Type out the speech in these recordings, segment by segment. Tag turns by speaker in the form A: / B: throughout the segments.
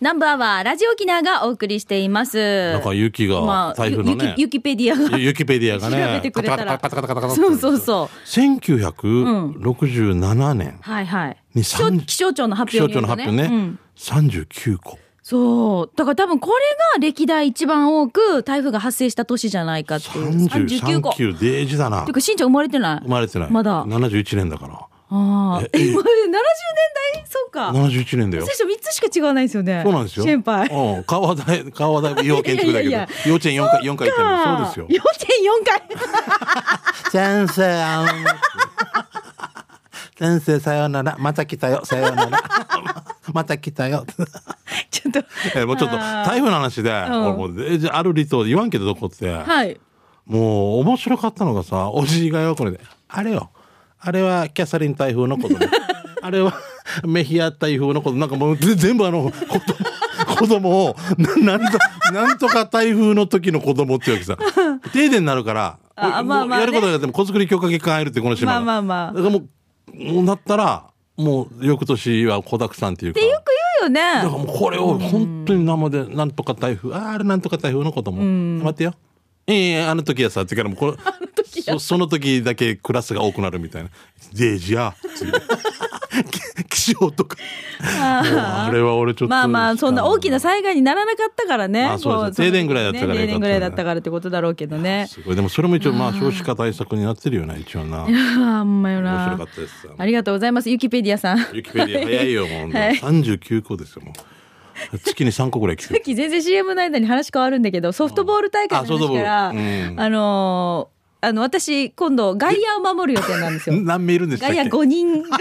A: ナンバーはラジオ沖縄がお送りしています。
B: なんか雪
A: ま
B: が
A: あ、
B: 台風のね
A: ゆゆき、ユキペディアが。
B: ゆユキペディアがね、
A: 調べてくれたら
B: カタカタカタカタカタカタ
A: そうそうそう。
B: 1967年
A: はいはい。
B: に
A: 気象
B: 30
A: 気象庁の発
B: 気象
A: 表に
B: 庁
A: よる
B: の
A: と
B: 発表ね、
A: うん
B: 39個。
A: そう。だから多分これが歴代一番多く台風が発生した年じゃないかっていう。39個。
B: 39
A: て
B: 級、デージだな
A: いう。か、しんちゃん生まれてない
B: 生まれてない。
A: まだ。
B: 71年だか
A: ああ。え、70年代そう
B: ら。
A: か。
B: 71年だよ
A: 選。手3つしか違わないですよね。
B: そうなんですよ。
A: 先輩。
B: うん。顔はだい、顔はだいぶ要建築だ
A: い
B: けど
A: やいやい、
B: 幼稚園4回、四回行ってる。 そうですよ。
A: よ。4.4回。
B: 先生、あの先生、さようなら。また来たよ、さようなら。また来たよ。
A: ちょっと。
B: えもうちょっと、
A: あー
B: 台風の話で、俺もうえじゃあある離島で言わんけど、どこって。
A: はい。
B: もう面白かったのがさおじいがよこれであれよあれはキャサリン台風 のことねあれはメヒア台風のことなんかもうぜ全部あの子供子供をななんとなんとか台風の時の子供ってわけさ停電になるから
A: あ
B: お
A: まあまあね
B: もうやることがでも子作り強化期間入るってこの島
A: ま
B: が
A: あまあまあ。っ
B: だからもうもうなったらもう翌年は子だくさんっていうか
A: てよく言う
B: だ
A: よ
B: から
A: ね。
B: もうこれを本当に生でなんとか台風、あーあれなんとか台風のことも、待ってよええあの時はさってから もうこれそその時だけクラスが多くなるみたいなデージやっていう 気象とかもうあれは俺ちょっと
A: まあまあ、そんな大きな災害にならなかったからね。
B: あそうです
A: こ
B: 停電ぐらいだったからよかったね
A: 停電ぐらいだったからってことだろうけどね。
B: すごいでもそれも一応まあ少子化対策になってるよな一応な面
A: あんまよ
B: 白
A: な
B: かったです
A: ありがとうございます。ユキペディアさん。
B: ユキペディア早いよもう、
A: はい
B: 39個ですよもう月に3個ぐらい来 て
A: さっ
B: る
A: き全然 CM の間に話変わるんだけど、ソフトボール大会の話から、
B: あ
A: あ,、
B: ソフトボールうん
A: のーあの、私、今度、外野を守る予定なんですよ。
B: 何名いるんでしたっ
A: 外
B: け
A: 野5人 が。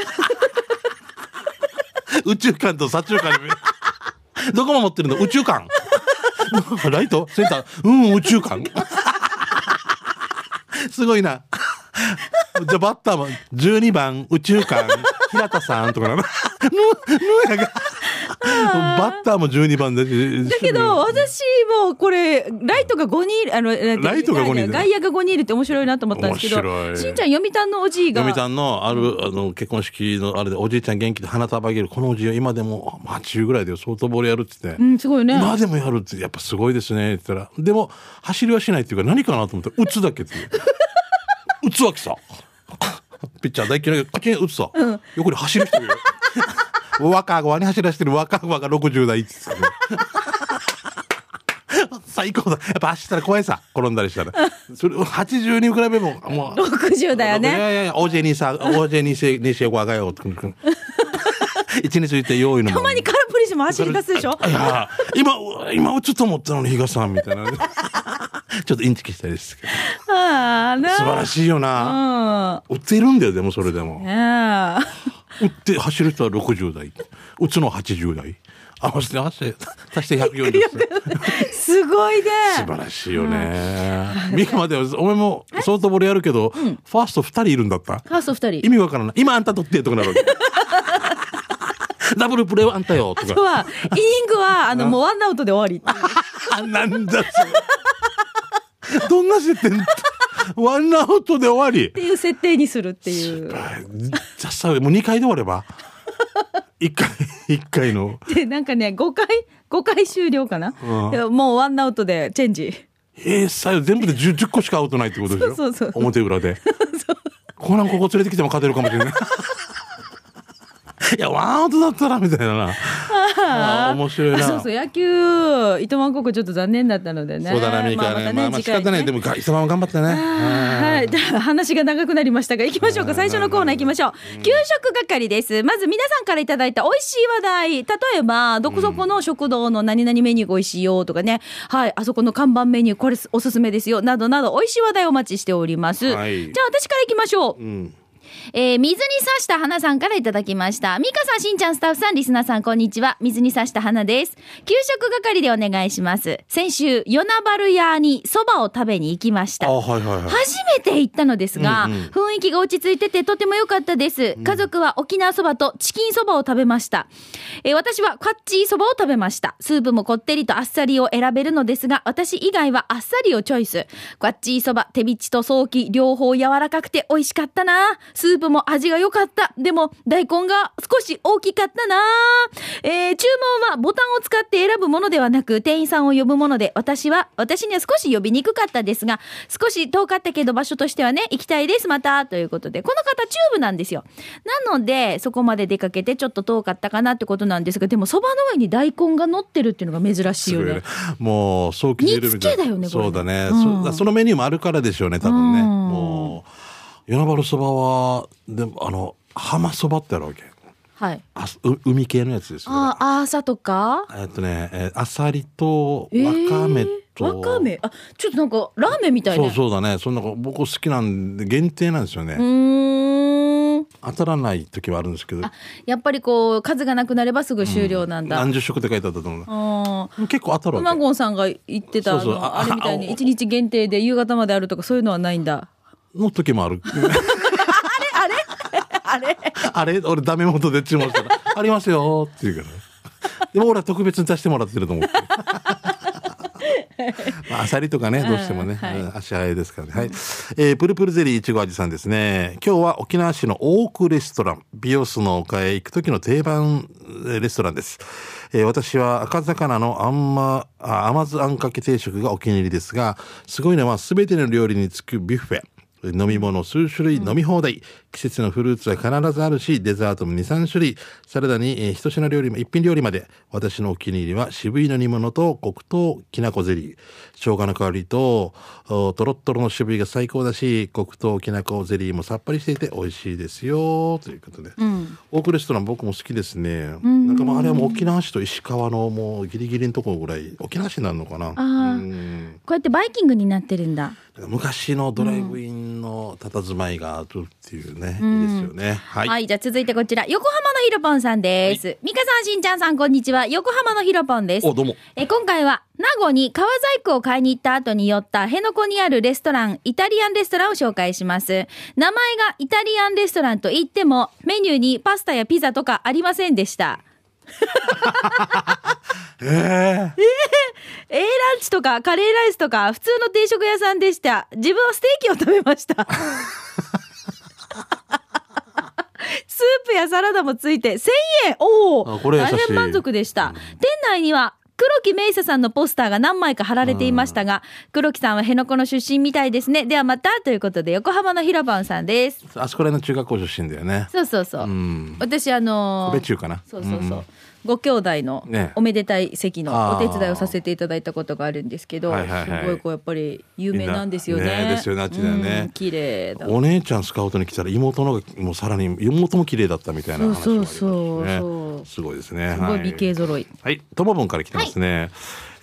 B: 宇宙艦と殺虫艦にどこも持ってるの宇 宙艦ライトセンターうん宇宙艦すごいなじゃあバッターも12番宇宙艦平田さんとかな ぬぬやがバッターも12番だし
A: だけど、私もこれ、ライトが5人いる、あの、ラ
B: ライトが5人いる
A: 外野が5人いるって面白いなと思ったんですけど、
B: 面白い
A: しんちゃん、読谷のおじいが、
B: 嫁さんのあるあの結婚式のあれでおじいちゃん元気で花束あげるこのおじいは今でも80ぐらいでソフトボールやるって言って、
A: うん、すごいね。
B: 今でもやるってやっぱすごいですねって言ったらでも走りはしないっていうか何かなと思って打つだけっていう 打つわけさピッチャー大嫌いだけどこっちに打つさ、横に走る人いるよ若川に走らせてる若川が60代っつってね 最高だやっぱ走ったら怖いさ転んだりしたらそれを80に比べももう
A: 60だよ
B: い
A: ね。
B: やいやいや、おじにさ、おじにせ、にせごあがよって。 一日ついて用意のもの。
A: たまに空振りしても走り出すでしょ
B: いや今、今、ちょっと思ったのに、比嘉さんみたい な。ちょっとインチキしたいですけど。
A: ああ、な
B: 素晴らしいよな。
A: う
B: 売ってるんだよ、でも、それでも
A: ん。。ね
B: 売って、走る人は六十代。打つのは八十代。合わせて、合わせて、足して 百四十。
A: えすごいね。
B: 素晴らしいよね。みかまで、お前も、ソフトボールやるけど、ファースト二人いるんだった。
A: カースト2
B: 意
A: 人。
B: 味わからない今あんた取ってとかなる わけダブルプレーはあんたよと
A: あと
B: か
A: は、イニングは、あの、もうワンアウトで終わり。
B: あなんだそれどんな設定ワンアウトで終わり
A: っていう設定にするっていう。
B: じゃあさもう2回で終われば1回一回の
A: で、なんかね、5回、5回終了かな、
B: うん
A: でもうワンアウトでチェンジ。
B: えー、さ全部で 10, 10個しかアウトないってことでしょ
A: そうそうそう
B: 表裏でコナンここ連れてきても勝てるかもしれ ないいやワンアウトだったらみたいななあー面白いな
A: あそうそう、野球、糸満高校ちょっと残念だったのでね。
B: そうだな、ミカね。まあまあ仕方ない。で
A: も。
B: も、が貴様も頑張ったね。
A: はい。じゃあ話が長くなりましたが、行きましょうか。最初のコーナー行きましょう。給食係です。まず皆さんからいただいた美味しい話題。例えば、どこそこの食堂の何々メニューが美味しいよとかね。はい。あそこの看板メニュー、これおすすめですよ。などなど、美味しい話題をお待ちしております。
B: はい
A: じゃあ私から行きましょう。
B: うん。
A: えー水に刺した花さんからいただきました。ミカさん、しんちゃん、スタッフさん、リスナーさん、こんにちは。水に刺した花です。給食係でお願いします。先週、与那原屋に蕎麦を食べに行きまし
B: あ、
A: た。
B: はいはいはい。
A: 初めて行ったのですが、
B: うんうん
A: 雰囲気が落ち着いててとても良かったです。家族は沖縄そばとチキンそばを食べました。えー私はカッチーそばを食べました。スープもこってりとあっさりを選べるのですが、私以外はあっさりをチョイス。カッチーそば、手びちとソーキ、両方柔らかくて美味しかったな。スーープも味が良かった。でも、大根が少し大きかったなえー注文はボタンを使って選ぶものではなく、店員さんを呼ぶもので、私は、私には少し呼びにくかったですが、少し遠かったけど場所としてはね、行きたいです、また、ということで、この方、チューブなんですよ。なので、そこまで出かけてちょっと遠かったかなってことなんですが、でも、そばの上に大根が乗ってるっていうのが珍しいよ
B: すごい
A: ね
B: ね。もう早期汁みたいな
A: 煮付けだよねこれ
B: そうだね、
A: うん
B: そそのメニューもあるからでしょうね多分ね、
A: うん
B: もう与那原そばはでもあの浜そばってあるわけ
A: はい。
B: あすう海系のやつですよ
A: あ
B: ね
A: あ、朝とか
B: えっとねえーあさりとわ
A: えー
B: かめと、
A: わかめあちょっとなんかラーメンみたい
B: そ
A: ね
B: うそうだねそんなこ僕好きなんで限定なんですよね、
A: うーん
B: 当たらない時はあるんですけど
A: あやっぱりこう数がなくなればすぐ終了なんだ、うん
B: 何十食って書いてあったと思う
A: う
B: 結構当たるわ
A: ま
B: け
A: ごんさんが言ってたあの
B: そうそうあ
A: あれみたい
B: あ
A: に
B: あ
A: 一日限定で夕方まであるとかそういうのはないんだ
B: の時もある
A: あれあれあれ
B: あれ俺ダメ元で注文したら「ありますよ」って言うからでも俺は特別に出してもらってると思って。まあ、アサリとかね、どうしてもね、
A: はい
B: うん足早いですからね。はい。えー、プルプルゼリーいちご味さんですね。今日は沖縄市のオークレストラン、美容室の丘へ行く時の定番えーレストランです。えー私は赤魚のあんま、あ甘酢あんかけ定食がお気に入りですが、すごいのは全ての料理につくビュッフェ。飲み物数種類飲み放題、季節のフルーツは必ずあるしデザートも23種類サラダに、えー、一品料理も一品料理まで私のお気に入りは渋いの煮物と黒糖きなこゼリー生姜の香りとおとろっとろの渋いが最高だし黒糖きなこゼリーもさっぱりしていて美味しいですよということで、オークレストラン僕も好きですね、なんかまああれはもう沖縄市と石川のもうギリギリのところぐらい沖縄市になるのかな
A: ー
B: うん
A: こうやってバイキングになってるんだ
B: 昔のドライブインの佇まいがあるっていうね、いいですよね。は
A: はい、
B: い。
A: じゃあ続いてこちら横浜のひろぽんさんです、美香さんしんちゃんさんこんにちは横浜のひろぽんです
B: お、どうも。
A: え今回は名護に革細工を買いに行った後に寄った辺野古にあるレストランイタリアンレストランを紹介します名前がイタリアンレストランと言ってもメニューにパスタやピザとかありませんでした
B: ええ
A: A ランチとかカレーライスとか普通の定食屋さんでした自分はステーキを食べました スープやサラダもついて1000円おお
B: あこれ優しい
A: 大変満足でした、店内には黒木メイサさんのポスターが何枚か貼られていましたが、黒木さんは辺野古の出身みたいですねではまたということで横浜のひろばんさんです
B: あそこら辺の中学校出身だよね。
A: そうそうそう、
B: うん。
A: 私あの
B: 小
A: ー
B: 部中かな。
A: そうそうそう、
B: ん
A: ご兄弟の
B: ね
A: おめでたい席のお
B: あー
A: 手伝いをさせていただいたことがあるんですけど、
B: はいはいはい
A: すごいこうやっぱり有名なんですよね。
B: みんなねですよねあっちだよね
A: うん綺麗だ。
B: お姉ちゃんスカウトに来たら妹のがもうさらに妹も綺麗だったみたいな話もありますしね
A: そうそうそう
B: すごいですね
A: すご
B: はい
A: 美形揃い。
B: はい、ともぶんから来てますね、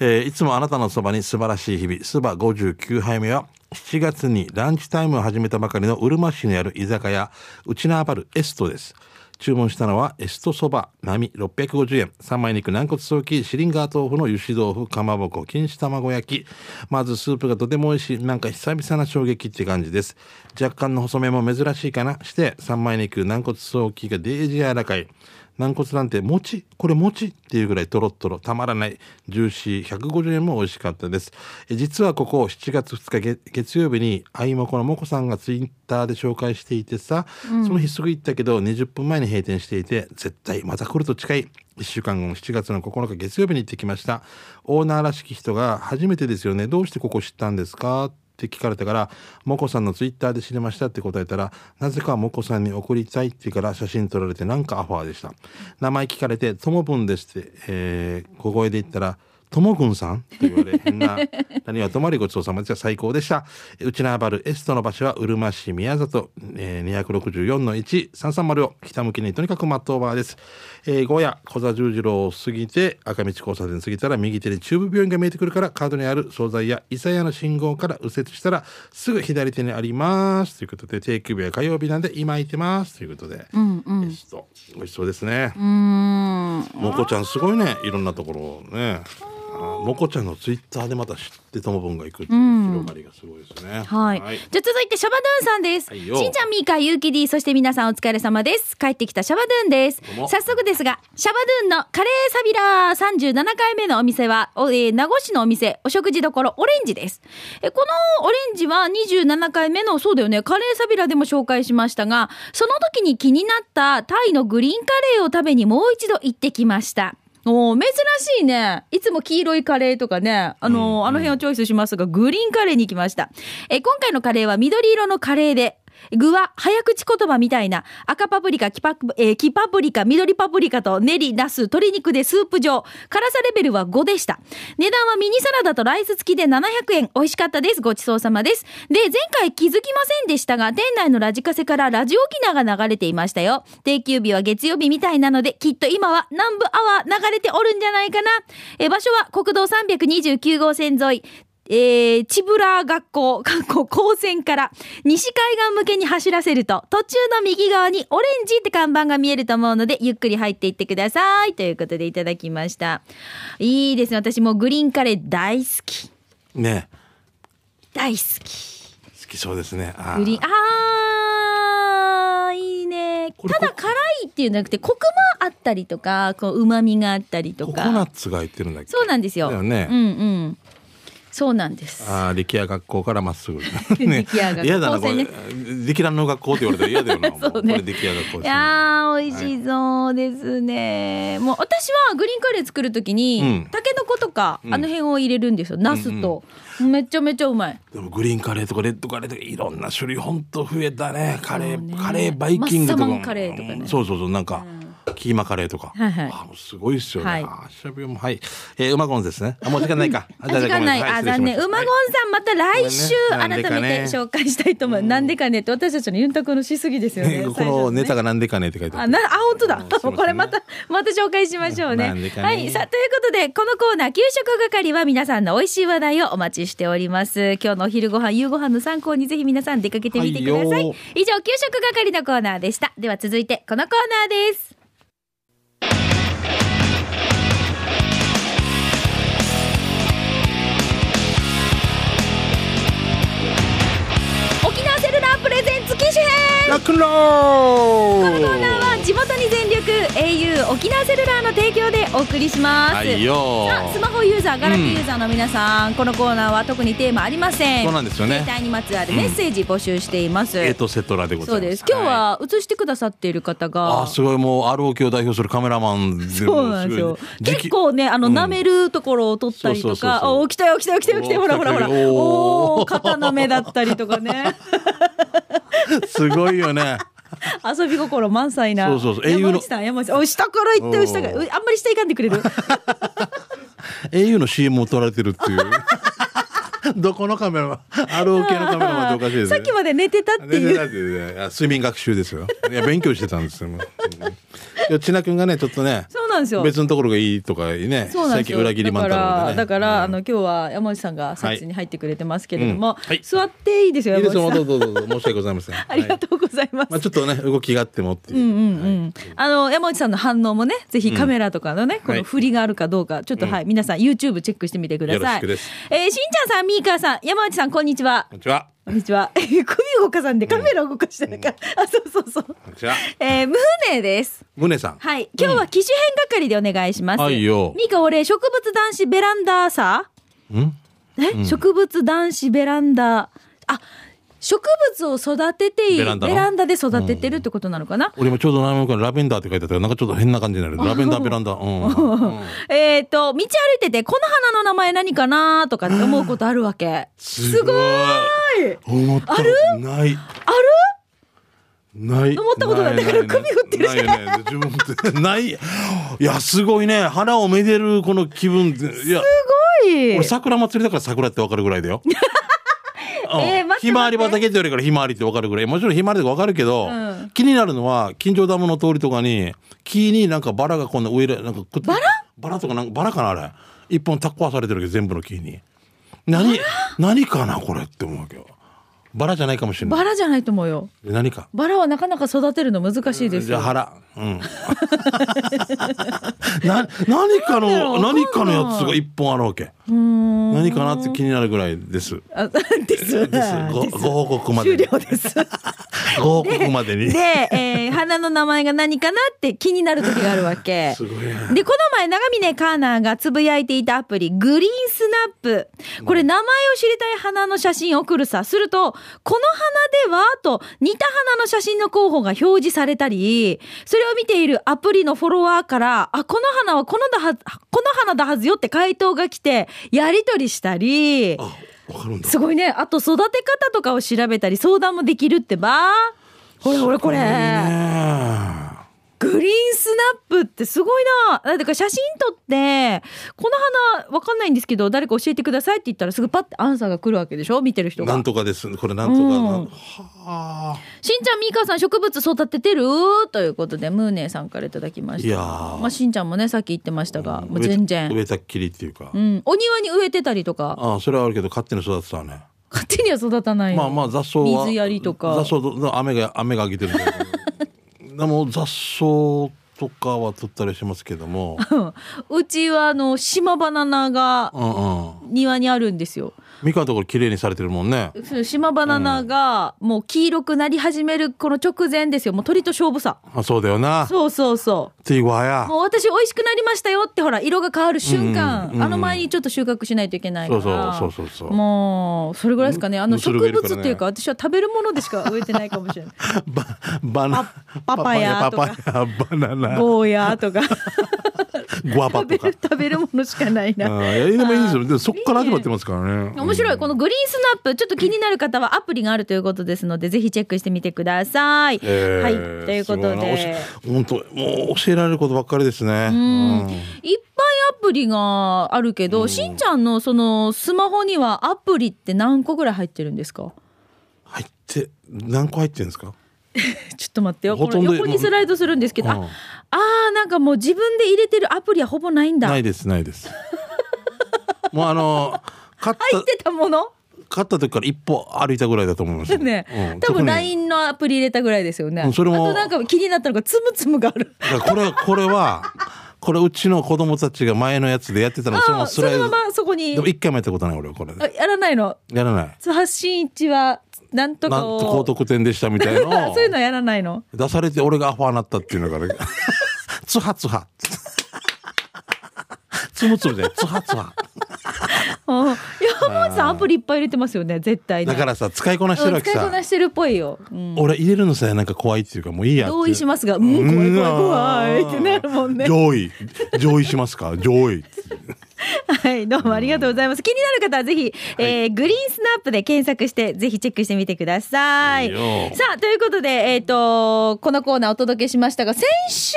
B: いえーいつもあなたのそばに素晴らしい日々そば59杯目は7月にランチタイムを始めたばかりのうるま市にある居酒屋ウチナーバルエストです注文したのはエストそば並650円三枚肉軟骨ソーキシリンガー豆腐の油脂豆腐かまぼこ錦糸卵焼きまずスープがとても美味しいなんか久々な衝撃って感じです若干の細めも珍しいかなして三枚肉軟骨ソーキがデージ柔らかい軟骨なんて餅これ餅っていうぐらいとろっとろたまらないジューシー150円も美味しかったですえ実はここ7月2日月月曜日にあいもこのもこさんがツイッターで紹介していてさ、その日すぐ行ったけど20分前に閉店していて絶対また来ると近い1週間後の7月の9日月曜日に行ってきましたオーナーらしき人が初めてですよねどうしてここ知ったんですかって聞かれたから「もこさんのツイッターで知りました」って答えたらなぜかもこさんに送りたいって言うから写真撮られてなんかアファーでした名前聞かれて「ともぶんです」って、えー小声で言ったら「ともぐんさん?」って言われ変な 「何はとまりごちそうさまでした最高でした」え「うちなばるエストの場所はうるま市宮里、えー、264の1330を北向きにとにかくマットオーバーです」えー「ゴヤ小座十字路を過ぎて赤道交差点過ぎたら右手に中部病院が見えてくるからカードにある惣菜や伊佐屋の信号から右折したらすぐ左手にあります」ということで定休日は火曜日なんで今空いてますということで、エスト美味しそうですね。
A: うーん。
B: もこちゃんすごいねいろんなところをね。あもこちゃんのツイッターでまた知って友分が行くっていう広がりがすごいですね。
A: はい。
B: はい
A: じゃあ続いてシャバドゥンさんです。
B: はい
A: し
B: よ
A: んちゃん、みーか、ゆうき D、そして皆さんお疲れ様です。帰ってきたシャバドゥンです
B: どう。も
A: 早速ですが、シャバドゥンのカレーサビラー37回目のお店は、おえー名護市のお店、お食事どころオレンジです。えこのオレンジは27回目の、そうだよね、カレーサビラでも紹介しましたが、その時に気になったタイのグリーンカレーを食べにもう一度行ってきました。おー珍しいね。いつも黄色いカレーとかね、あのーあの辺をチョイスしますが、グリーンカレーに行きました。えー今回のカレーは緑色のカレーで、具は早口言葉みたいな赤パプリカ、黄パ,、えー黄パプリカ、緑パプリカと練り、ナス、鶏肉でスープ状。辛さレベルは5でした。値段はミニサラダとライス付きで700円。美味しかったです。ごちそうさまです。で、前回気づきませんでしたが、店内のラジカセからラジオ沖縄が流れていましたよ。定休日は月曜日みたいなので、きっと今は南部アワー流れておるんじゃないかな。えー場所は国道329号線沿い。えー、千ラ学校、 学校、高専から、西海岸向けに走らせると、途中の右側にオレンジって看板が見えると思うので、ゆっくり入っていってください。ということでいただきました。いいですね。私もうグリーンカレー大好き。
B: ね
A: 大好き。
B: 好きそうですね。あ
A: グリーン、
B: ー
A: あー、いいね。
B: これ
A: ただ辛いっていうんじゃなくて、コクもあったりとか、こう、旨味があったりと
B: コ
A: か。
B: コナッツが入ってるんだっけ
A: そうなんですよ。
B: だよね
A: うんうん。そうなんです。
B: ああ、力也学校からまっ すぐ。
A: 力也学校
B: 嫌だな、これ。
A: 高
B: 力蘭の学校って言われたら嫌だよな。も
A: そうね
B: これ力也学校
A: い
B: ですね。
A: やー美味しそうですね、もう私はグリーンカレー作るときに、
B: うん
A: タケノコとか、
B: うん
A: あの辺を入れるんですよナスと、めちゃめちゃうまい
B: でもグリーンカレーとかレッドカレーとかいろんな種類ほんと増えたねカレー
A: そうね
B: カレーバイキングとか
A: マッサマンカレーとかね
B: うんそうそうそうなんか、キーマカレーとか、
A: はいはい
B: あすごいっすよね、
A: はい
B: あしゃべもはい、えー、馬ゴンですねあもう時間ないかあ
A: あ時間ない、
B: じ
A: あ
B: ゃあごめんなさ
A: 残
B: い
A: 念
B: 失礼しました
A: 馬ゴンさんまた
B: ごめん
A: 来
B: ね
A: 週
B: な
A: 改
B: んで
A: め
B: かね
A: て紹介したいと思うなんでかねって私たちのユンタクのしすぎですよね
B: ね こ
A: 最初
B: の
A: ね
B: ネタがなんでかねって書いてあ
A: あ、
B: る
A: な、あ、本当だ。
B: うんすいませんね
A: これまた、また紹介しましょうね。
B: なんでかね
A: はい、さあ、ということで、このコーナー、給食係は皆さんの美味しい話題をお待ちしております。今日のお昼ご飯、夕ご飯の参考にぜひ皆さん出かけてみてください。
B: はいよ
A: 以上、給食係のコーナーでした。では続いて、このコーナーです。沖縄セルラープレゼンツ機種編
B: ロックンロ
A: このコーナー
B: ー
A: は地元に全力 au 沖縄セルラーの提供でお送りします、
B: はいよ
A: さあスマホユーザーガラケーユーザーの皆さん、このコーナーは特にテーマありません
B: そうなんですよね
A: 携帯にまつわるメッセージ募集しています、
B: えーとセトラでございます
A: そうです今日
B: い
A: は映してくださっている方
B: あ
A: が、
B: ーすごいもう ROK を代表するカメラマンで
A: そうなんです
B: も
A: よ
B: うすごい
A: 結構ねあの
B: うん
A: 舐めるところを撮ったりと
B: そうそうそう
A: か、
B: そう
A: お来たよ来たよ来たよ来たよ
B: お
A: ほらほらほら
B: 来たよおー
A: おー肩舐めだったりとか ね
B: すごいよ ね
A: 遊び心満載な。
B: そうそうそう英雄
A: 山
B: の
A: 内さん、山内さん。おい下から行ってよ、
B: おー
A: 下から。ういあんまり下行かんでくれる。
B: au の CM を取られてるっていう どこのカメラは ROK のカメラマンっておかしいです
A: さ
B: ね
A: っきまで寝てたって
B: 全然
A: いう。
B: だってねあ睡眠学習ですよいや勉強してたんですよ、もううん、千奈君がねちょっとね
A: そうなんですよ。
B: 別のところがいいとかね
A: そうなんですよ。
B: 裏切りマン
A: だか
B: タロ
A: ら、
B: ウでね
A: だから、あの、
B: うん
A: 今日は山内さんがサッチに入ってくれてますけれども、
B: はいうん
A: 座っていいですよ、
B: いい
A: 山
B: で
A: 内
B: す
A: さん。
B: よどうぞどうぞ申し訳ござい ません
A: ありが
B: はい
A: とうございます。
B: まあ、ちょっとね動きがあってもっていう、
A: うんうんうんあの山内さんの反応もねぜひカメラとかのね、こ
B: は
A: の
B: い
A: 振りがあるかどうかちょっと、はい皆さん YouTube チェックしてみてください
B: よろしくです
A: えーしんちゃんさんみーかーさん山内さんこんにちは
B: こんにちは
A: こんにちは。 え首動かさんでカメラ動かしてないから。あ、そうそうそう。
B: こんにちは
A: えー、ムーネーです。
B: ムネさん、
A: はい。今日は機種編係でお願いします。
B: はいよ
A: ミカ、俺、植物男子ベランダーさ
B: うん
A: え、植物男子ベランダー。あ、植物を育ててい
B: ベ
A: る。
B: ランダ
A: ベ
B: の
A: ランダで育ててるってことなのかな、
B: 俺もちょうど名前からラベンダーって書いてあったからなんかちょっと変な感じ になるラベンダーベランダーうん、うん
A: えっ、と、道歩いてて、この花の名前何かなとかって思うことあるわけ。
B: すごい思ったことない
A: ある
B: ない
A: 思ったことないだから首振ってるしか
B: ないないない自分って ないいやすごいね花をめでるこの気分でいや
A: すごい
B: 俺桜祭りだから桜ってわかるぐらい だようん
A: えー待って待って
B: ひまわり畑って言われからひまわりってわかるぐらいもちろんひまわりとかわかるけ
A: う
B: ど、
A: ん
B: 気になるのは近所ダムの通りとかに木になんかバラがこんな植えらなんかバラバラとかなんかバラかなあれ一本タッコはされてるけど全部の木に何何かなこれって思うわけよバラじゃないかもしれない
A: バラじゃないと思うよ
B: で何か
A: バラはなかなか育てるの難しいです
B: じゃ
A: よ
B: あ腹うん な何か
A: な
B: の
A: んだろう
B: 何かのやつが一本あるわけ
A: うーん
B: 何かなって気になるぐらいです
A: あです
B: ですご
A: です
B: ご報告ま
A: 終
B: で
A: 了
B: に
A: です
B: ご報告までに
A: で、えー花の名前が何かなって気になる時があるわ け
B: すごいな
A: でこの前長峰カーナーがつぶやいていたアプリグリーンスナップこれ名前を知りたい花の写真を送るさするとこの花ではと似た花の写真の候補が表示されたりそれを見ているアプリのフォロワーからあこの花はこのだはこの花だはずよって回答が来てやり取りしたり
B: あわかるんだ
A: すごいねあと育て方とかを調べたり相談もできるってばほれほれこれ。
B: すごいね
A: グリーンスナップってすごいな。だから写真撮って、この花わかんないんですけど、誰か教えてくださいって言ったらすぐパッてアンサーが来るわけでしょ見てる人
B: な
A: が
B: ん。とかですこれなんとかな
A: うん
B: はあ
A: しんちゃん、みーかさん植物育ててるということで、ムーネーさんからいただきまし
B: い
A: た。
B: やー
A: まあ、しんちゃんもね、さっき言ってましたが、もう
B: 植え
A: 全然。
B: 植えたっきりっていうか
A: うん。お庭に植えてたりとか、
B: あそれはあるけど勝手に育てたね
A: 勝手には育たないよ。
B: まあまあ雑草は
A: 水やりとか
B: 雑草と雨が雨が上げてるん だけどでも雑草とかは取ったりしますけども
A: うちは、あの、島バナナが
B: うんうん
A: 庭にあるんですよ。
B: ミカのところ綺麗にされてるもんね
A: そう島バナナがもう黄色くなり始めるこの直前ですよもう鳥と勝負さ
B: あそうだよな
A: そうそうそ
B: っていうわや
A: うもう私美味しくなりましたよってほら色が変わる瞬間、
B: うんうんうん
A: あの前にちょっと収穫しないといけないから
B: そうそうそうそうそう
A: もうそれぐらいですかねあの
B: うんそ
A: 植
B: れがい
A: 物
B: る
A: っ
B: からね
A: ていうか私は食べるものでしか植えてないかもしれない
B: ババナ
A: パパパヤと
B: パパ
A: か
B: ヤパパヤバナナ
A: ゴーヤーとか
B: グアバ
A: 食べ
B: とか
A: る食べるものしかない
B: うんい
A: な
B: やでもいいですよでもそっから始まってますからね
A: 面白いこのグリーンスナップちょっと気になる方はアプリがあるということですのでぜひチェックしてみてください、
B: えー
A: はいということ
B: すごなおし
A: で
B: 本当もう教えられることばっかりですね。
A: うん
B: うん
A: いっぱいアプリがあるけど、しんちゃんのそのスマホにはアプリって何個ぐらい入ってるんですか
B: 入って何個入ってるんですか。
A: ちょっと待ってよ。こ
B: ほ
A: れ
B: とんど
A: 横にスライドするんですけど、あ
B: うん
A: あー、なんかもう自分で入れてるアプリはほぼないんだ。
B: な
A: 入
B: いですな いです。もうあの勝った
A: ってたもの
B: 勝った時から一歩歩いたぐらいだと思います。
A: ね、
B: うん
A: 多
B: 特
A: 分
B: に
A: LINE のアプリ入れたぐらいですよね。
B: うんそれも
A: あとなんか気になったのがつむつむがある。
B: だからこれこれはこれうちの子供たちが前のやつでやってたの
A: あ
B: がその
A: あー、
B: ままス
A: そ
B: ライ
A: の
B: ド。
A: ままそこに
B: でも一回もやったことない俺はこれ
A: あ
B: で
A: やらないの。
B: やらない。
A: 津波真一はなんと
B: なん
A: かを。
B: と高得点でしたみたいなの を
A: そういうのはやらないの。
B: 出されて俺がアファーなったっていうのがね つはつはつむつむでつはつは
A: うん山本さんアプリいっぱい入れてますよね絶対に
B: だからさ使いこなしてる
A: う
B: わ
A: ん
B: け
A: 使いこ
B: さ
A: なしてるっぽいよ、うん
B: 俺入れるのさえなんか怖いっていうかもういいやって
A: 同意しますが「うん怖い怖い怖い」
B: うん
A: ってなるもんね
B: 上位上位しますか上位
A: はいどうもありがとうございます気になる方はぜひ、えーグリーンスナップで検索してぜひチェックしてみてください
B: いいよ
A: さあということでえっ、とこのコーナーお届けしましたが先週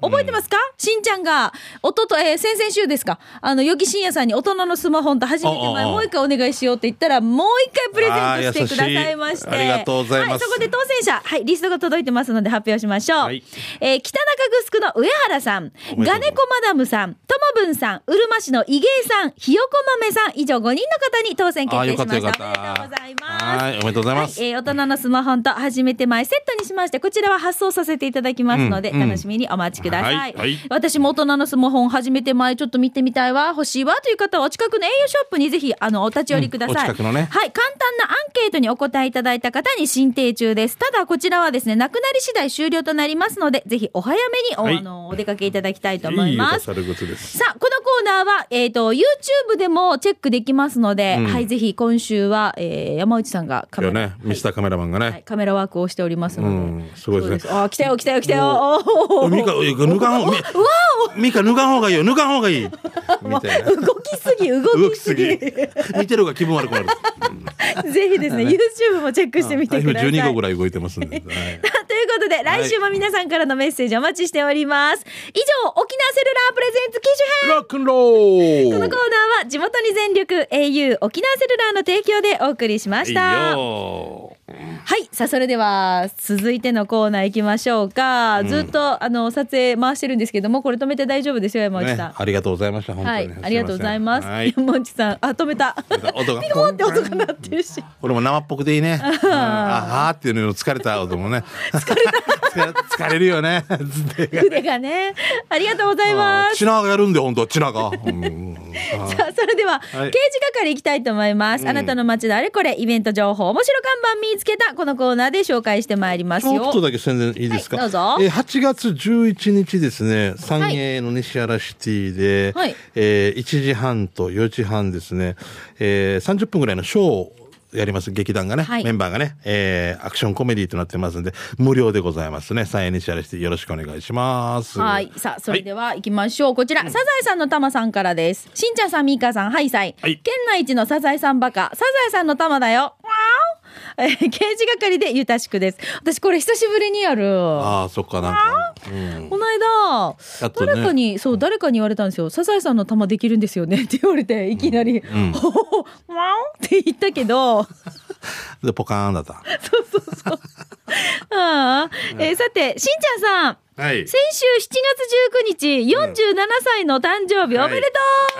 A: 覚えてますか、しんちゃんがおとと、えー先々週ですかあのよきしんやさんに大人のスマホと初めて前
B: あああ
A: もう一回お願いしようって言ったらもう一回プレゼントしてくださいまして
B: あー優しいありがとうございます
A: はそこで当選者、はい、リストが届いてますので発表しましょう。
B: はい
A: えー北中城の上原さん、
B: おめでとうござ
A: ガ
B: います
A: ネコマダムさん、ともぶんさん、うるま市のいげいさん、ひよこ豆さん、以上5人の方に当選
B: あ
A: 決
B: ー
A: 定
B: よ
A: し
B: か
A: ま
B: った
A: し
B: よか
A: た。おめでとうご
B: っ
A: ざい
B: た
A: ます。
B: はいおめでとうございます、
A: はい、えー大人のスマホと初めて前セットにしましてこちらは発送させていただきますので、
B: うんうん
A: 楽しみにお待ちください、
B: はいはい
A: 私も大人のスマホ初めて前ちょっと見てみたいわ欲しいわという方はお近くの栄養ショップにぜひあのお立ち寄りください、
B: うんお近くのね
A: はい簡単なアンケートにお答えいただいた方に申請中ですただこちらはですねなくなり次第終了となりますのでぜひお早めにお,、
B: はい
A: あのお出かけいただきたいと思います
B: いいお助かり口です
A: さあ、このコーナーは、えっ、と、YouTube でもチェックできますので、
B: うん
A: はい、ぜひ今週は、えー山内さんがカメ
B: よ
A: ラ、
B: ねミスターカメラマンがね、
A: はい、カメラワークをしておりますの
B: う
A: で。
B: んすごい
A: そう
B: で
A: です
B: ね
A: すあー、来たよ、来たよ、来たよ。おー
B: おミカいや脱がんみ
A: うわ
B: ミカ脱がん方がいいよ脱がん方がいいみたいな
A: ー動きすぎ、動
B: 動
A: き
B: き
A: す
B: す
A: ぎ。
B: ぎ見てる方が気分悪くなる
A: ぜひですね、YouTube もチェックしてみてください。
B: 台風12号ぐらい動いてま すんで、はい
A: ということで、来週も皆さんからのメッセージお待ちしております。以上、沖縄セルラープレゼンツ機種編
B: ロックンロ
A: この
B: ー
A: コーナーは地元に全力 au 沖縄セルラーの提供でお送りしました。
B: いいよ
A: はい。さあ、それでは、続いてのコーナー行きましょうか。ずっと、あの、撮影回してるんですけども、これ止めて大丈夫ですよ、山内
B: ね、
A: さん。
B: ありがとうございました。本当に。
A: はい
B: す。ません
A: ありがとうございます。
B: はい
A: 山内さん、あ、止めた。
B: 音が
A: ピコーンって音が鳴ってるし。
B: 俺も生っぽくでいい ね。うんああーっていうのよ疲れた音もね。疲れた。 疲れるよね。つって
A: 腕がね。ありがとうございま
B: あー
A: す。
B: チナがやるんだよ、本当はチナが。うん
A: さあ、それでは、
B: はい
A: 刑事係行きたいと思います。あなたの街のあれこれ、イベント情報、面白看板見つけた、このコーナーで紹介してまいります
B: ちょっと
A: よ。
B: だけ宣伝いいですか、
A: はいどうぞ
B: えー8月11日ですね、三栄の西原シティで、
A: はい
B: えー1時半と4時半ですね、えー30分ぐらいのショーをやります、劇団がね、
A: はい
B: メンバーがね、えーアクションコメディとなってますんで、無料でございますね。三栄西原シティよろしくお願いします。
A: はい。さあ、それでは行きましょう。こちら、サザエさんのタマさんからです。しんちゃんさん、みーかさん、はいさい。
B: はい
A: 県内一のサザエさんバカ、サザエさんのタマだよ。わーおえー刑事係でゆたしくです。私、これ久しぶりにやる。
B: ああ、そっか、なんか。うん
A: この間、
B: やっとね
A: 誰かに、そう、誰かに言われたんですよ。サザエさんの玉できるんですよねって言われて、いきなり、
B: ん
A: ほほほ、わおって言ったけど、
B: で、ポカーンだった。
A: ああ、えーさて、しんちゃんさん、
B: はい。
A: 先週7月19日、47歳の誕生日、おめでとう、
B: はい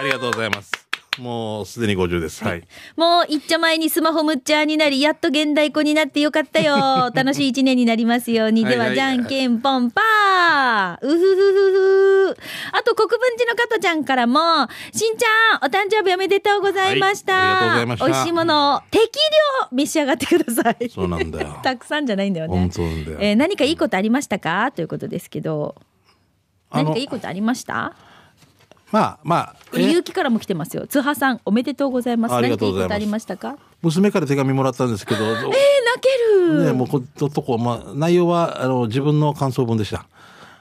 B: ありがとうございます。もうすでに50です。はい。
A: もう一丁前にスマホむっちゃーになり、やっと現代子になってよかったよ。 楽しい一年になりますように。
B: はい
A: で
B: はい
A: は、じゃんけんぽんパー。うふふふふ。あと、国分寺の加トちゃんからも、しんちゃん、お誕生日おめでとうございました。
B: はいありがとうございました
A: 美味しいものを適量召し上がってください。
B: そうなんだ よ
A: たくさんじゃないんだよね。
B: 本当なんだよ
A: えー何かいいことありましたかということですけど。
B: あの
A: 何かいいことありました
B: まあまあ、
A: これ、ゆうきからも来てますよ。つはさん、おめでとうございます。
B: あり
A: 何
B: が
A: か
B: と
A: いうい
B: ご
A: こ
B: ざいます
A: とありましたか
B: 娘から手紙もらったんですけど、
A: えー、泣ける。
B: ね、もうこのとこ、まあ、内容はあの自分の感想文でした。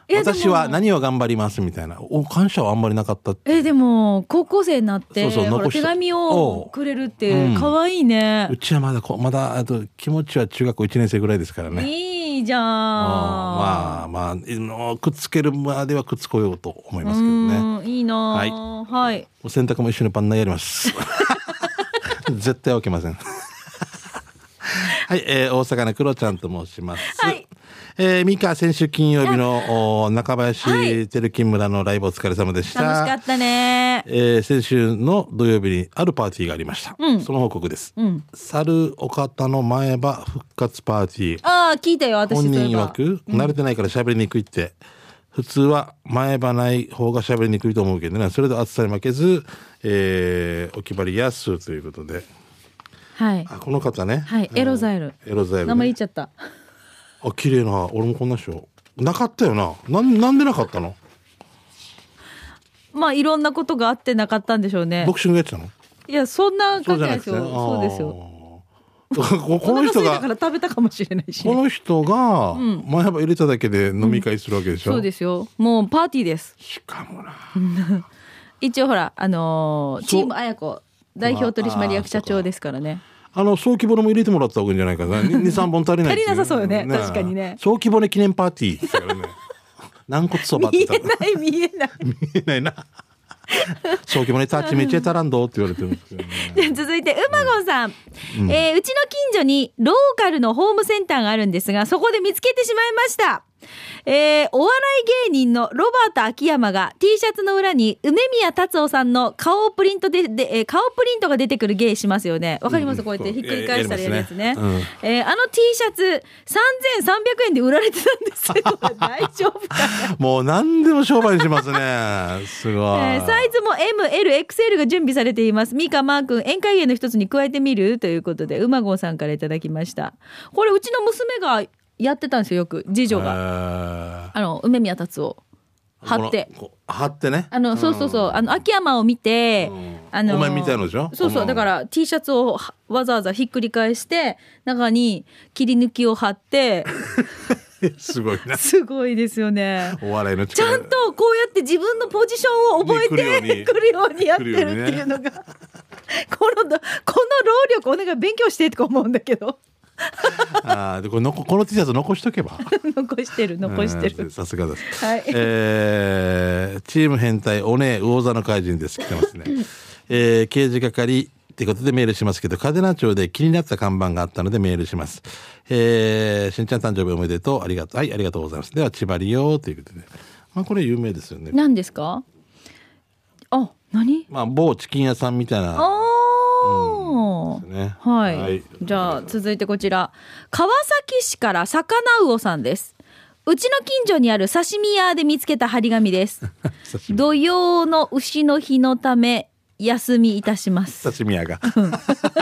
A: いやでも
B: 私は何を頑張りますみたいな。お感謝はあんまりなかった。
A: えでも高校生になって
B: そうそう
A: ほら
B: 残し
A: 手
B: た
A: 紙をくれるって
B: うん
A: 可愛いね
B: う、ちはまだこ、まだ、あと気持ちは中学校1年生ぐらいですからね。
A: いいじゃん
B: あーまあまあ、いのくっつけるまではくっつこようと思いますけどね。
A: うんいいなは、
B: はいお洗濯も一緒にパンナやります。 絶対起きません。はい、えー大阪のクロちゃんと申します。
A: はい
B: えー、ミカ先週金曜日のお中
A: はい
B: 林照金村のライブお疲れ様でした。
A: 楽しかったね
B: えー先週の土曜日にあるパーティーがありました。
A: うん
B: その報告です。
A: うん
B: 猿岡田の前歯復活パーティー。
A: ああ聞いたよ私
B: 本
A: そう
B: 人
A: いえば
B: 曰く、慣れてないから喋りにくいって。普通は前歯ない方が喋りにくいと思うけどね。それで暑さに負けず、えー、お決まりやすということで。
A: はい
B: あ、この方ね。
A: はいエロザイル
B: エロザイルね
A: 名前言っちゃった
B: あ、綺麗な。俺もこんなしよう。なかったよな。なん、なんでなかったの
A: まあいろんなことがあってなかったんでしょうね
B: ボクシングやってたの
A: いやそんな
B: そ
A: 感
B: うじ
A: じ
B: ゃ
A: な
B: ないく
A: です
B: て
A: よ
B: ね。
A: そうですよ
B: あー。ここ
A: お腹
B: の人
A: 空いた
B: が
A: か、ら食べたかもしれないし
B: この人が前歯入れただけで飲み会するわけでし ょ、
A: そうですよもうパーティーです
B: しかもな
A: 一応ほらあのー
B: そう
A: チームあやこ代表取締役社長ですからね
B: あの小規模のも入れてもらった方がいいんじゃない かな23本足りないっ
A: 足
B: てい
A: りなさそうよね確かにね
B: 小規模の記念パーティーですから ね軟骨そばって
A: 見
B: 言
A: え
B: ったら
A: ない見えない
B: 見えないな 小規模にタッチめっちゃ足らんどって言われてるんですけどね
A: じゃあ続いてうまごんさん、えーうちの近所にローカルのホームセンターがあるんですがそこで見つけてしまいましたえーお笑い芸人のロバート秋山が T シャツの裏に梅宮達夫さんの顔をプリントでで、えー顔プリントが出てくる芸しますよねわかります、
B: うん
A: こうやってひっくり返したらやるやつね
B: やりますね
A: えーあの T シャツ3300円で売られてたんです よこれ大丈夫かな
B: もう何でも商売しますねすごい、
A: えーサイズも MLXL が準備されていますミカマー君宴会芸の一つに加えてみるということで馬郷さんからいただきましたこれうちの娘がやってたんですよよく次女が
B: が
A: あの梅宮達夫貼って
B: 貼ってね
A: あのそうそうそうあの秋山を見て、
B: うん
A: あの
B: お前みたいのでしょ
A: そうそううんだから T シャツをはわざわざひっくり返して中に切り抜きを貼って
B: すごい な
A: すごいですよね
B: お笑いの
A: ち
B: 力
A: ゃんとこうやって自分のポジションを覚えて
B: ね
A: く
B: 来
A: る
B: る
A: よ
B: よ
A: う
B: う
A: に
B: に
A: やってるっていうのがこのどこの労力お願い勉強してとか思うんだけど
B: あーでこれのここの T シャツ残しとけば
A: 残してる残して
B: う
A: る
B: んさすがです、
A: はい
B: えーチーム変態おねえ魚座の怪人です来てますね、えー、刑事係ということでメールしますけど、カデナ町で気になった看板があったのでメールします。えー、しんちゃん誕生日おめでとう。ありがとう。はい、ありがとうございます。では、千葉りよーということで。まあ、これ有名ですよね。
A: 何ですかあ何
B: まあ、某チキン屋さんみたいな。
A: おー
B: うんですね
A: はい、
B: はい
A: じゃあ続いてこちら川崎市から魚魚さんですうちの近所にある刺身屋で見つけた張り紙です
B: 刺身
A: 土曜の牛の日のため休みいたします
B: 刺身屋が。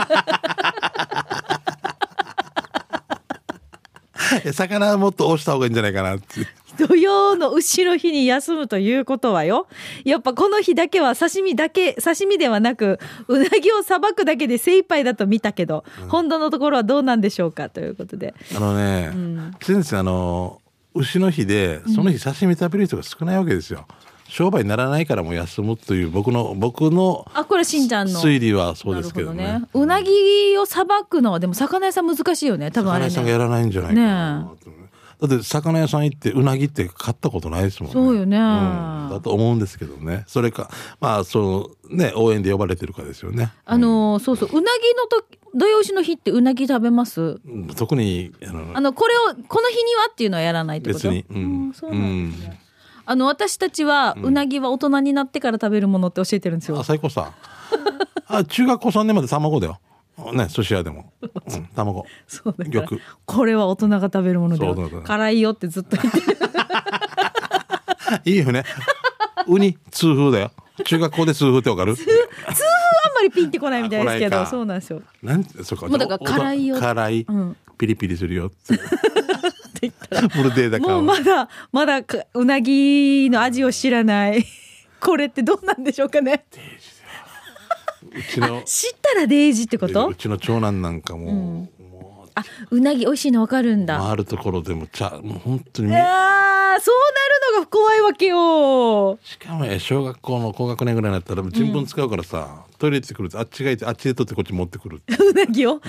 B: え魚はもっと押した方がいいんじゃないかなっていう。
A: 土曜の牛の日に休むということはよやっぱこの日だけは刺身だけ刺身ではなくうなぎをさばくだけで精一杯だと見たけど、本当のところはどうなんでしょうかということで
B: あのね、先生あの牛の日でその日刺身食べる人が少ないわけですよ。商売にならないからもう休むという僕の僕の
A: あこれしんちゃんの
B: 推理はそうですけど
A: なる
B: ね
A: ほ。どうなぎをさばくのはでも魚屋さん難しいよね多分あ
B: 魚
A: れ
B: 屋さんが
A: ね
B: やらないんじゃないかなと思う、だって魚屋さん行ってうなぎって買ったことないですもんね。
A: そうよね
B: んだと思うんですけどね。それかまあそのね応援で呼ばれてるかですよね。
A: あのーそうそううなぎのと土曜日の日ってうなぎ食べます
B: うん特にあの
A: あのこれをこの日にはっていうのはやらないってこと
B: 別に、うん
A: あーそうなんですねあの私たちはうなぎは大人になってから食べるものって教えてるんですよ、
B: あ最高さあ中学校3年まで卵だよね寿司屋でも、うん、卵
A: そうだから
B: 玉
A: これは大人が食べるものだよ
B: そうだから
A: 辛いよってずっと言ってる
B: いいよねウニ痛風だよ中学校で痛風ってわかる
A: あんまりピンってこないみたいですけ
B: あ来
A: ど
B: ないか
A: そうなんですよ
B: なんそうか
A: もうだから辛いよ
B: 辛い、
A: うん
B: ピリピリするよって
A: って言ったら
B: ブルデーだから
A: もうまだまだかうなぎの味を知らないこれってどうなんでしょうかね
B: うちの
A: 知ったらデイジってこ
B: う
A: と
B: ちの長男なんかも,、もう
A: あうなぎ美味しいのわかるんだ、
B: 回るところでも茶もう本当にみ
A: あーそうなるのが怖いわけよ
B: しかもえ小学校の高学年ぐらいになったら人文使うからさ、トイレ行ってくるってあっちがいてあっちで取ってこっち持ってく るって
A: うなぎを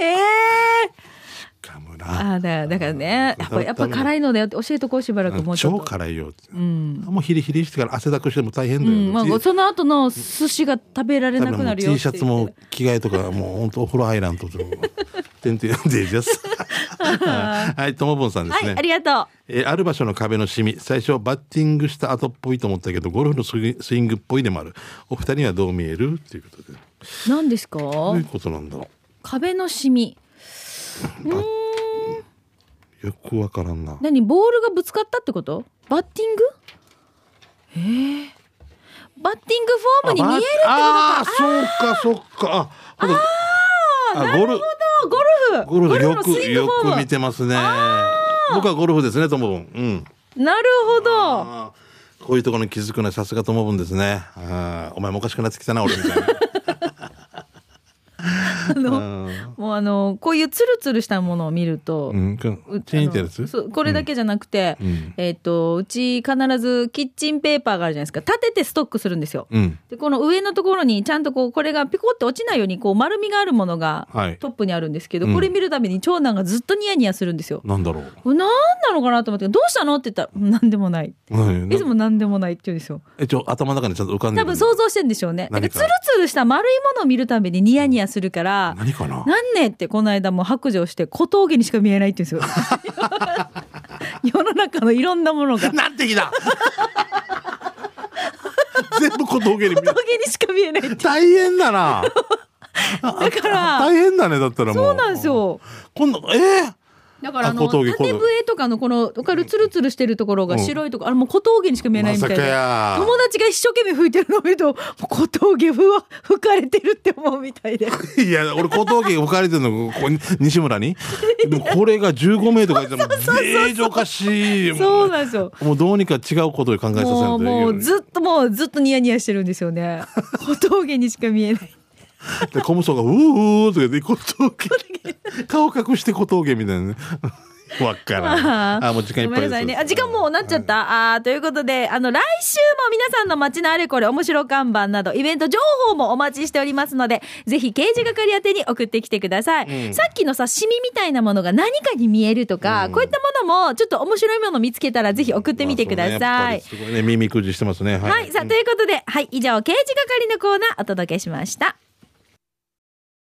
A: ええ
B: かも
A: ー、
B: な
A: あーだだからねやっぱやっぱ辛いのだよって教えとこうしばらくもうちょっ
B: 超
A: と。
B: 辛いよって、もうヒリヒリしてから汗だくしても大変だ
A: う
B: よ、
A: んま
B: じ
A: あ、その後の寿司が食べられ
B: 多
A: な
B: 分
A: く
B: も
A: な
B: う
A: るよ
B: T
A: って
B: シ
A: 言っ
B: ャ
A: て
B: ツも着替えとかもう本当お風呂入らん とでもてんてんでじゃすはいともぼんさんですね、
A: はいありがとう
B: えーある場所の壁のシミ最初バッティングした後っぽいと思ったけどゴルフのスイスイングっぽいでもあるお二人はどう見えるっていうことで
A: 何ですか
B: どういうことなんだろ
A: 壁のシミ
B: うよくわからんな
A: 何ボールがぶつかったってことバッティングえー、バッティングフォームに見えるってこと
B: あ
A: か
B: バッあーそうかそうかあほらあ
A: なるほどゴルフ
B: ゴルフよ
A: のス
B: く
A: イング
B: よ
A: フォ
B: く
A: ー
B: 見てますね僕はゴルフですねともぶんうん
A: ムなるほど
B: あーこういうところに気づくのはさすがともぶんですねあーお前もおかしくなってきたな俺みたい な
A: もうあのこういうツルツルしたものを見ると、
B: うんくんチーンって
A: あ
B: や
A: の
B: つ
A: そうこれだけじゃなくて、
B: ん
A: えっ、とうち必ずキッチンペーパーがあるじゃないですか立ててストックするんですよ、
B: うん
A: でこの上のところにちゃんとこうこれがピコって落ちないようにこう丸みがあるものが
B: はい
A: トップにあるんですけど、
B: うん
A: これ見るたびに長男がずっとニヤニヤするんですよ。
B: なんだろう
A: これ何なのかなと思って「どうしたの?」って言ったら「何でもない」
B: 何
A: いつも何でもないって言うんですよ。
B: えちょ頭の中にちゃんと浮かんで
A: 多
B: る
A: 分想像してんでしょうね。だから
B: 何
A: ツ
B: か
A: ルツルした丸いものを見るたびにニヤニヤするから
B: 何かな
A: なんねってこの間も白状して小峠にしか見えないって言うん ですよ。世の中のいろんなものが小
B: なんて日だ 全部小峠に見える
A: 峠にしか見えないって。
B: 大変 だな
A: だから
B: 大変だねだったらもう
A: そうなんですよ。
B: 今度えー
A: だからあの
B: あ小
A: 縦
B: 峠
A: 笛とかのこのわかるツルツルしてるところが白いところ、あれもう小峠にしか見えないみたい
B: まさか
A: な、
B: や
A: 友達が一生懸命吹いてるのを見るともう小峠ふわ吹かれてるって思うみた いで
B: いや、俺、小峠が置かれてるの、ここに、西村 に。でも、これが15名とか言っても、正常化し、
A: そ
B: も
A: う
B: う、
A: なんですよ
B: もうどうにか違うことを考えさせる
A: もう
B: とい
A: も
B: う
A: う。ずっともうずっとニヤニヤしてるんですよね小峠にしか見えない
B: で、小武装が、うーうーとか言って、小峠、顔隠して小峠みたいなね。わっからん。あ、もう時間いっ
A: ご
B: ぱ
A: め
B: い
A: ん
B: で
A: な
B: す。
A: さいね。あ、時間もうなっちゃった。あーということで、あの、来週も皆さんの街のあれこれ、面白看板など、イベント情報もお待ちしておりますので、ぜひ、刑事係宛てに送ってきてください。
B: うん
A: さっきのさ、シミみたいなものが何かに見えるとか、こういったものも、ちょっと面白いものを見つけたら、ぜひ送ってみてくだ
B: まあ
A: さい。
B: そうねやっぱりすごいね、耳くじしてますね。
A: はい、さあ、ということで、はい、以上、刑事係のコーナー、お届けしました。